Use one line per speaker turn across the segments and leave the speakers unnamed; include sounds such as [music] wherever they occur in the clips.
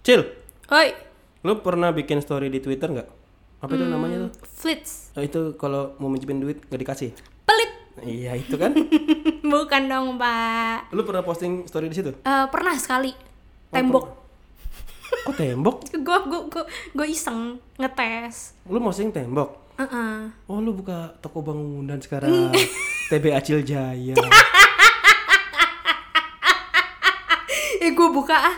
Cil,
Oi,
lu pernah bikin story di Twitter nggak? Apa itu namanya tuh?
flits,
Eh, Itu kalau mau minjemin duit gak dikasih.
pelit.
Iya itu kan.
[laughs] Bukan dong, Pak.
lu pernah posting story di situ?
Eh, pernah sekali tembok.
Kok tembok?
Gue gue gue gue iseng ngetes.
Lu posting tembok?
Heeh.
Oh lu buka toko bangunan sekarang TB Acil Jaya
Eh, gue buka ah.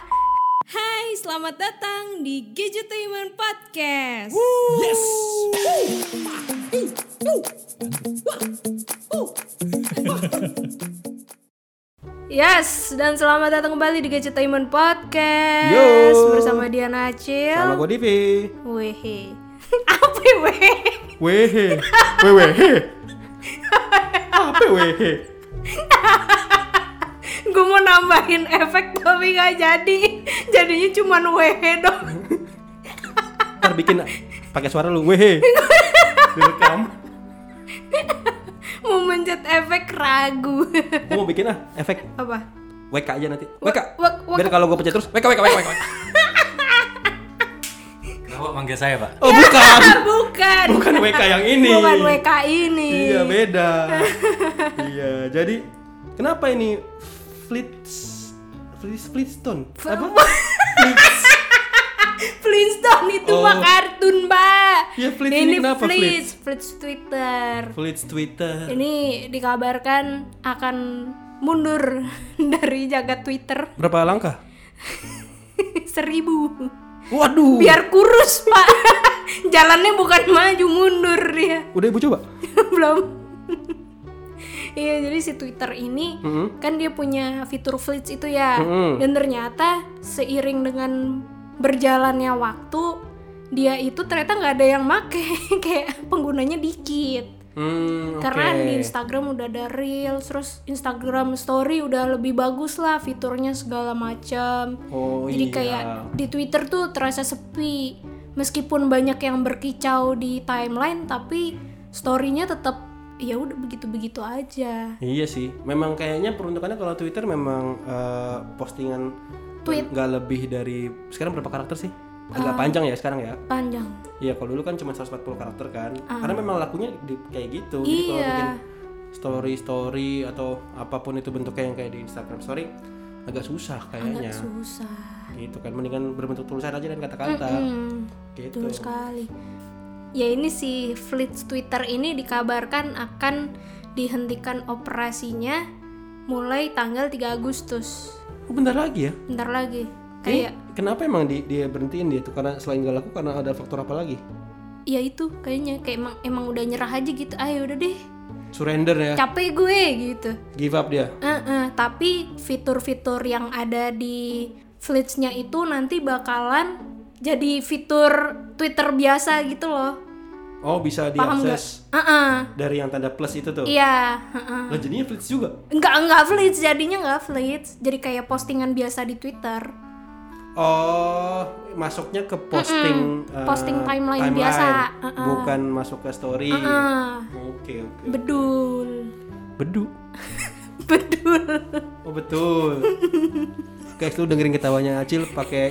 Hai, selamat datang di Gadgetainment Podcast.
Yes
Yes, dan selamat datang kembali di Gadgetainment Podcast
Yo.
bersama
Sama
Diana Acil.
gue Divi
Wehe. [laughs] Apa ya, wehe?
Wehe Wewehe Apa wehe
Gue mau nambahin efek tapi gak jadi. Jadinya cuman wehe dong.
Ntar bikin pakai suara lu Wehe kan. Direkam
mau mencet efek ragu [laughs]
Gue mau bikin ah efek
apa
WK aja nanti WK
wek- wek-
Biar kalau gue pencet terus WK WK WK WK
Bapak manggil saya, Pak.
Oh bukan
ah, bukan
Bukan WK yang ini
bukan WK ini
Iya beda Iya jadi Kenapa ini Flits Flits Flintstone Apa? Flits
[laughs] Flintstone itu
Oh.
mah kartun mbak
Iya, Flintz ini
ini
kenapa,
Flintz Flintz Twitter
Flits Twitter
ini dikabarkan akan mundur [laughs] dari jagat Twitter [laughs]
Berapa langkah?
seribu
Waduh.
biar kurus pak [laughs] jalannya bukan maju mundur dia [laughs]
Udah ibu coba?
belum iya jadi si Twitter ini
Mm-mm.
kan dia punya fitur flits itu ya
Mm-mm.
dan ternyata seiring dengan berjalannya waktu dia itu ternyata nggak ada yang make [laughs] kayak penggunanya dikit
Hmm,
karena
oke.
di Instagram udah ada reels terus Instagram Story udah lebih bagus lah fiturnya segala macam
Oh
jadi
iya.
kayak di Twitter tuh terasa sepi. Meskipun banyak yang berkicau di timeline tapi story-nya tetap ya udah begitu-begitu aja.
Iya sih. Memang kayaknya peruntukannya kalau Twitter memang eh, postingan
Tweet. Ah.
nggak lebih dari sekarang berapa karakter sih? Agak panjang ya sekarang ya.
Panjang.
Iya, kalau dulu kan cuma 140 karakter kan. Karena memang lakunya di- kayak gitu. Jadi kalau
Ah. Iya.
bikin story-story atau apapun itu bentuknya yang kayak di Instagram story agak susah kayaknya.
Susah.
gitu kan mendingan berbentuk tulisan aja dan kata-kata.
Hmm,
Gitu.
betul sekali. Ya ini si Fleets Twitter ini dikabarkan akan dihentikan operasinya mulai tanggal 3 Agustus.
Oh, bentar lagi ya.
Bentar lagi.
Ini
Kayak
kenapa emang di- dia berhentiin dia tuh karena selain gak laku karena ada faktor apa lagi?
ya itu kayaknya kayak emang emang udah nyerah aja gitu. Ayo udah deh.
Surrender ya,
Capek gue gitu.
give up dia.
Heeh, tapi fitur-fitur yang ada di Flits-nya itu nanti bakalan jadi fitur Twitter biasa gitu loh.
Oh bisa
Paham nggak?
diakses
Heeh.
dari yang tanda plus itu tuh.
Iya, heeh.
Lah jadinya flits juga.
Enggak, enggak Flits, jadinya enggak Flits. Jadi kayak postingan biasa di Twitter.
Oh masuknya ke posting eh,
posting timeline biasa. Uh-uh. Heeh.
bukan masuk ke story.
Heeh.
Oke oke.
Bedul. [laughs]
Bedu.
Bedul.
Oh betul. Guys lu dengerin ketawanya Acil pakai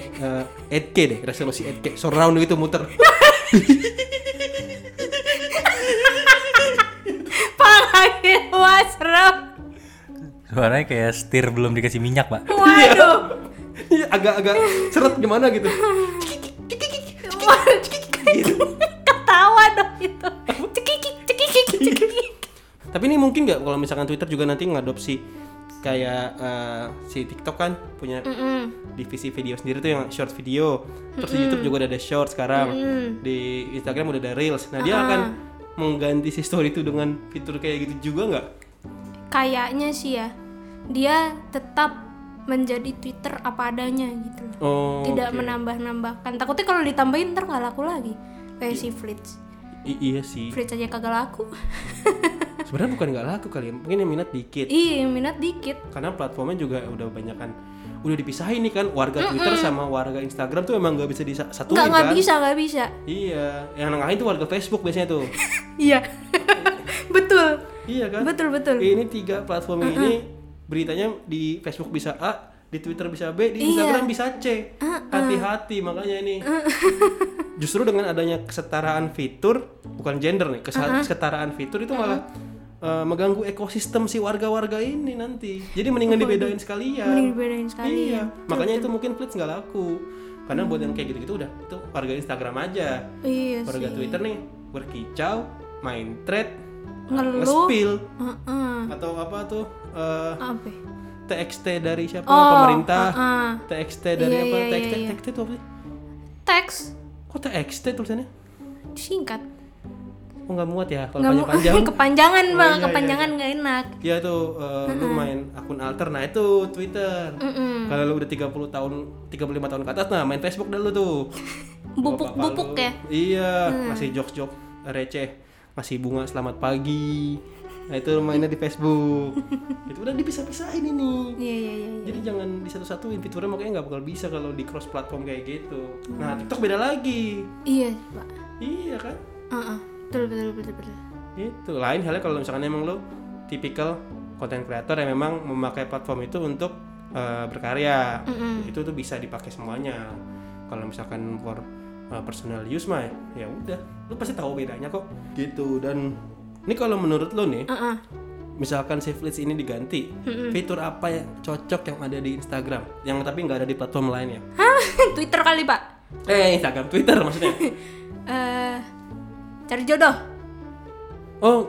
eh, 8K deh resolusi 8K surround gitu muter. [laughs]
Pahanya wah serem.
Suaranya kayak setir belum dikasih minyak, Pak.
Waduh.
Iya agak-agak seret gimana gitu.
[laughs] Ketawa dong itu. Cekikik, cekikik, cekikik.
Tapi ini mungkin nggak kalau misalkan Twitter juga nanti ngadopsi kayak eh, si TikTok kan punya
Mm.
divisi video sendiri tuh yang short video. Terus di YouTube juga udah ada short sekarang. Di Instagram udah ada reels. Nah, dia akan mengganti si story itu dengan fitur kayak gitu juga nggak?
kayaknya sih ya dia tetap menjadi Twitter apa adanya gitu loh.
Oh.
tidak
oke.
menambah-nambahkan takutnya kalau ditambahin ntar nggak laku lagi kayak si Flits
I- iya sih.
Flits aja kagak laku [laughs]
Sebenarnya bukan nggak laku kali ya. Mungkin yang minat dikit.
iya yang minat dikit
Karena platformnya juga udah banyak kan udah dipisahin nih kan warga Twitter sama warga Instagram tuh emang nggak bisa disatuin
nggak nggak
kan?
bisa nggak bisa
Iya, yang nengahin tuh warga Facebook biasanya
[laughs]
tuh.
iya betul
iya kan?
betul betul
Ini tiga platform ini beritanya di Facebook bisa A, di Twitter bisa B, di
Iya.
Instagram bisa C. Hati-hati makanya ini.
[laughs]
Justru dengan adanya kesetaraan fitur, bukan gender nih, kesa- kesetaraan fitur itu malah eh, mengganggu ekosistem si warga-warga ini nanti. Jadi mendingan dibedain sekalian.
Mending dibedain sekalian.
Iya, makanya itu mungkin Flits nggak laku. Karena buat yang kayak gitu-gitu udah itu warga Instagram aja.
Iya
Warga
sih.
Twitter nih berkicau, main thread,
Ngeluh.
nge-spill,
Heeh.
atau apa tuh eh,
Apa? ya?
TXT dari siapa
Oh,
pemerintah
uh-uh.
TXT dari
Iya,
apa
iya,
TXT
iya, iya.
TXT itu apa sih
Teks
kok TXT tulisannya
singkat.
oh nggak muat ya kalau panjang
Nggak mau- [laughs]
panjang
kepanjangan,
Oh,
Bang.
iya, iya,
kepanjangan nggak enak.
ya tuh eh, lu main akun alter nah itu Twitter
Mm-mm.
kalau lu udah 30 tahun 35 tahun ke atas nah main Facebook dulu tuh
Bupuk-bupuk
Bapak
ya. Hmm.
lu- iya masih jokes-jokes receh masih bunga selamat pagi nah itu mainnya di Facebook
[laughs]
itu udah dipisah-pisahin ini
Iya, iya, iya. iya.
Jadi jangan di satu-satuin fiturnya makanya nggak bakal bisa kalau di cross platform kayak gitu. Nah TikTok beda lagi,
Iya, Pak.
iya kan?
Heeh. Betul, betul, betul, betul.
Itu lain halnya kalau misalkan emang lo tipikal konten kreator yang memang memakai platform itu untuk eh, berkarya, itu tuh bisa dipakai semuanya. Kalau misalkan for eh, personal use mah ya udah, lo pasti tahu bedanya kok. Gitu dan ini kalau menurut lo nih,
Heeh.
misalkan si Flits ini diganti, fitur apa yang cocok yang ada di Instagram, yang tapi nggak ada di platform lainnya? [laughs]
Hah? Twitter kali, Pak.
Eh, Instagram, Twitter
[laughs]
maksudnya.
Eh cari jodoh.
Oh,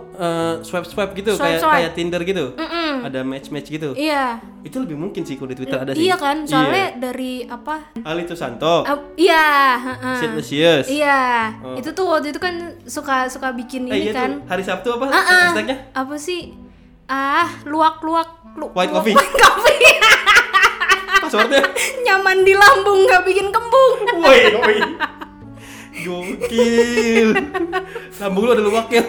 swipe swipe gitu kayak
Swipe-swipe.
kayak Tinder gitu.
Mm-mm.
Ada match match gitu.
Iya.
Itu lebih mungkin sih kalau di Twitter ada sih.
Iya kan? Soalnya dari apa?
Iya. Ali Susanto,
Ah, iya, heeh.
Sid Lucius.
Iya,
Oh.
itu tuh waktu itu kan suka suka bikin
Eh,
ini
iya tuh.
kan.
Hari Sabtu apa
Ah, ah.
hashtagnya?
Apa sih? Ah, luak-luak lu-
White
luak-
coffee.
White coffee. [laughs]
Passwordnya?
Nyaman di lambung nggak bikin kembung.
woi, woi. Gokil. Lambung lu ada
[laughs]
luwaknya.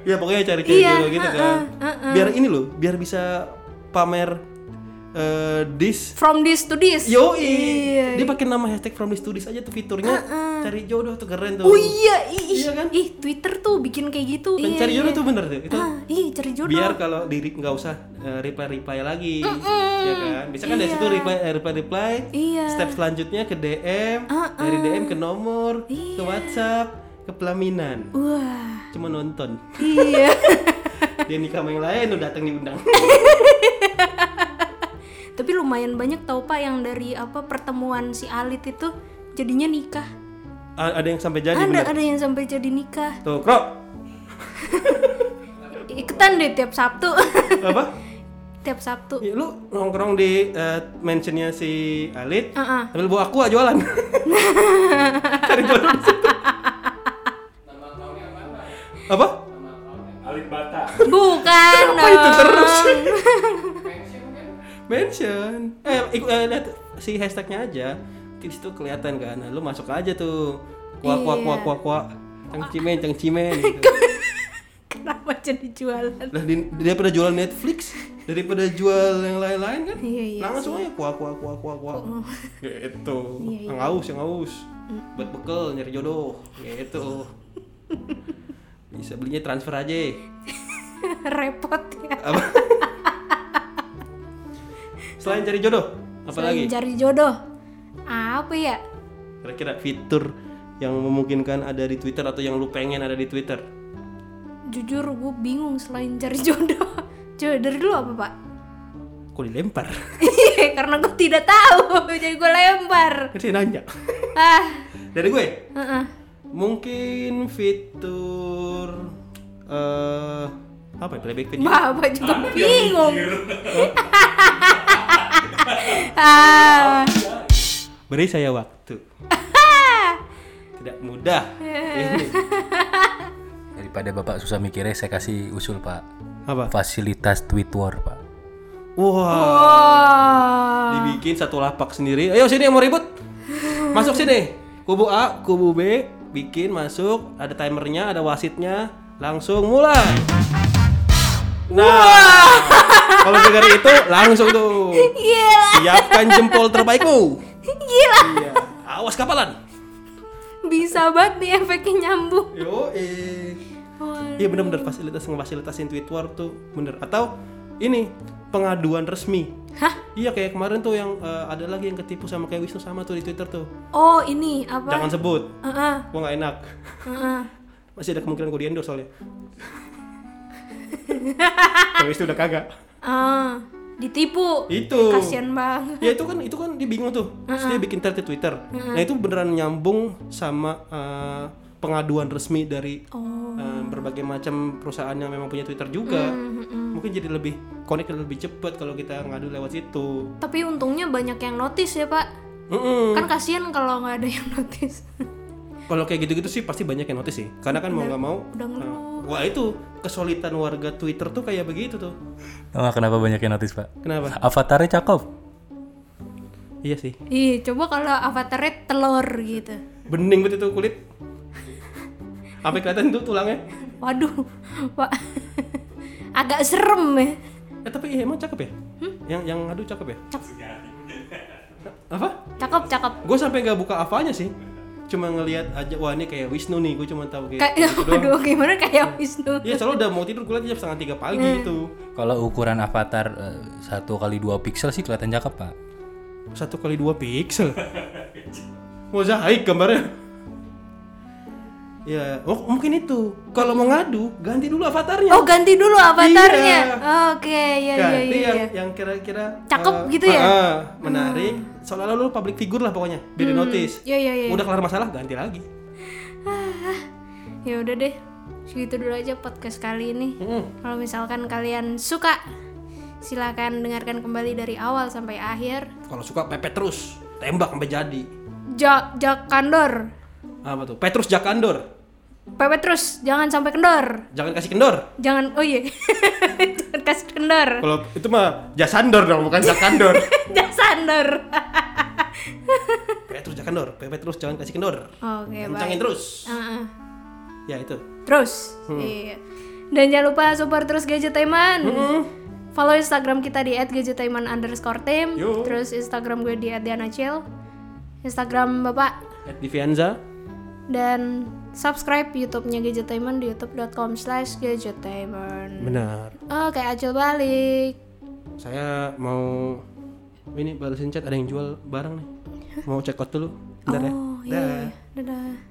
ya pokoknya cari kayak
Iya,
gitu, gitu kan.
ah.
Biar ini loh, biar bisa pamer eh dis
From this to this.
Yoi.
Iya. Uh-uh.
Dia pakai nama hashtag from this to this aja tuh fiturnya. Cari jodoh tuh keren tuh.
Oh iya, ih, ih,
Iya kan?
ih, Twitter tuh bikin kayak gitu.
Dan
Iya,
cari jodoh
iya.
tuh bener tuh. Itu
Ah, ih, cari jodoh.
biar kalau di nggak usah reply reply lagi. Ya kan? Bisa kan dari
Iya.
situ reply reply reply.
Iya.
Step selanjutnya ke DM,
Ah,
dari DM ke nomor, ke
Iya. Uh.
WhatsApp, ke pelaminan.
Wah,
Cuma
[laughs]
nonton.
iya.
Dia nikah sama yang lain udah datang
[laughs]
diundang.
Tapi lumayan banyak tau pak yang dari apa pertemuan si Alit itu jadinya nikah.
A- ada yang sampai jadi
ada
bener.
ada yang sampai jadi nikah.
Tuh,
[laughs]
Krok.
Ikutan deh tiap Sabtu. [laughs]
Apa?
tiap Sabtu.
Ya, lu nongkrong di eh, mansionnya si Alit.
Ah, ah.
Ambil bu aku ah, jualan. Cari jualan di situ. Apa?
Alit Bata.
Bukan.
Apa itu
dong.
terus? Mention. Eh, ikut eh, lihat si hashtagnya aja. Di situ kelihatan kan. Nah, lu masuk aja tuh. Kuak kuak kuak kuak kuak. Cang cimen, cang cimen. gitu.
[laughs] Kenapa jadi jualan? [laughs]
Lah Nah, di, daripada jualan Netflix, daripada jual yang lain-lain kan.
Iya, iya Oh.
Langsung aja kuak kuak kuak kuak kuak. Gitu.
Iya,
Yang haus, yang haus.
Mm.
Buat bekal nyari jodoh. Gitu. Bisa belinya transfer aja.
Repot ya.
Apa? Selain cari jodoh, apa lagi?
Selain Cari jodoh. Apa ya?
Kira-kira fitur yang memungkinkan ada di Twitter atau yang lu pengen ada di Twitter?
Jujur gue bingung selain cari jodoh. [laughs] Coba dari dulu apa pak? [laughs]
Kok dilempar? [laughs]
Iya, karena gue tidak tahu [laughs] jadi gue lempar.
Kan saya nanya.
Ah,
Dari gue,
heeh.
mungkin fitur eh apa ya? Playback video.
Bapak juga bingung. [laughs] ah,
Beri saya waktu. Tidak mudah. Ini.
Daripada bapak susah mikirnya, saya kasih usul pak.
Apa?
Fasilitas tweet war pak.
Wah,
oh,
dibikin satu lapak sendiri. Ayo sini yang mau ribut. Masuk sini. Kubu A, kubu B, bikin masuk, ada timernya, ada wasitnya, langsung mulai. Nah, kalau dengar itu langsung tuh.
gila,
Siapkan jempol terbaikmu.
gila,
Iya. Awas kapalan.
bisa banget nih efeknya nyambung.
Yo, eh.
Wah,
Iya bener-bener fasilitas ngefasilitasin tweet war tuh bener atau ini pengaduan resmi.
Hah?
Iya kayak kemarin tuh yang eh, ada lagi yang ketipu sama kayak Wisnu sama tuh di Twitter tuh.
Oh ini apa?
Jangan sebut,
Heeh,
gua nggak enak.
heeh.
Masih ada kemungkinan gua di endorse
[laughs]
soalnya. Tapi itu udah kagak.
Ah, ditipu.
Itu.
Kasian banget.
Ya itu kan itu kan dia bingung tuh. Terus dia bikin thread di Twitter. Nah, itu beneran nyambung sama eh, pengaduan resmi dari
Oh. Mm,
eh, berbagai macam perusahaan yang memang punya Twitter juga. Mungkin jadi lebih connect dan lebih cepat kalau kita ngadu lewat situ.
Tapi untungnya banyak yang notice ya Pak.
Mm-mm.
Kan kasian kalau nggak ada yang [laughs] notice.
Kalau kayak gitu-gitu sih pasti banyak yang notice sih. Karena kan mau nggak mau
Udah ngeluh.
eh, wah itu kesulitan warga Twitter tuh kayak begitu tuh.
Tau nggak kenapa banyak yang notice, Pak?
Kenapa?
Avatarnya cakep.
Iya sih.
Ih, coba kalau avatarnya telur gitu.
Bening banget itu kulit. Sampai kelihatan tuh tulangnya.
Waduh, Pak. [laughs] Agak serem ya.
Eh tapi iya, emang cakep ya?
Hmm?
Yang yang ngadu cakep ya? Apa?
Cakep, cakep.
Gue sampai nggak buka apanya sih. Cuma ngelihat aja wah ini kayak Wisnu nih, gue cuma tahu kayak
Kayak
gitu doang.
[laughs] waduh gimana kayak Wisnu.
Iya, soalnya udah mau tidur gue liat jam setengah tiga pagi
Hmm.
itu.
Kalau ukuran avatar eh, satu kali dua pixel sih kelihatan cakep, Pak.
Satu kali dua pixel. Mozaik gambarnya. Ya, oh, mungkin itu. Kalau mau ngadu, ganti dulu avatarnya.
Oh, ganti dulu avatarnya.
Iya.
Oke, iya iya
ganti ya.
iya.
yang
iya.
yang kira-kira
Cakep
eh,
gitu ya? Hmm.
ah, ah, menarik. Soalnya lu public figure lah pokoknya, biar di notice.
Iya iya iya.
Udah kelar masalah ganti lagi.
Ya udah deh. Segitu dulu aja podcast kali ini.
Mm-mm.
Kalau misalkan kalian suka, silakan dengarkan kembali dari awal sampai akhir.
Kalau suka pepet terus, tembak sampai jadi.
Ja jak kandor.
Apa tuh? Petrus Jakandor.
Pepe terus, jangan sampai kendor.
Jangan kasih kendor.
Jangan oh iya. [laughs] jangan kasih kendor. [laughs]
Kalau itu mah Jasandor dong, bukan Jakandor.
Jasandor.
[laughs] Petrus Jakandor, pepet terus jangan kasih kendor.
Oke,
Kencangin
baik.
terus.
Ah, ah.
Ya itu.
Terus.
Hmm.
Iya. Dan jangan lupa support terus Gadgetaiman.
Hmm.
Follow Instagram kita di @gadgetaiman underscore team.
Yo.
Terus Instagram gue di @dianacil. Instagram bapak
At Divianza.
dan subscribe YouTube-nya Gadgetaiman di youtube.com slash gadgetaiman.
Benar.
Oke, acil balik.
Saya mau ini balesin chat ada yang jual barang nih. Mau check out dulu. Bentar ya.
Oh iya, iya. Oh, dadah.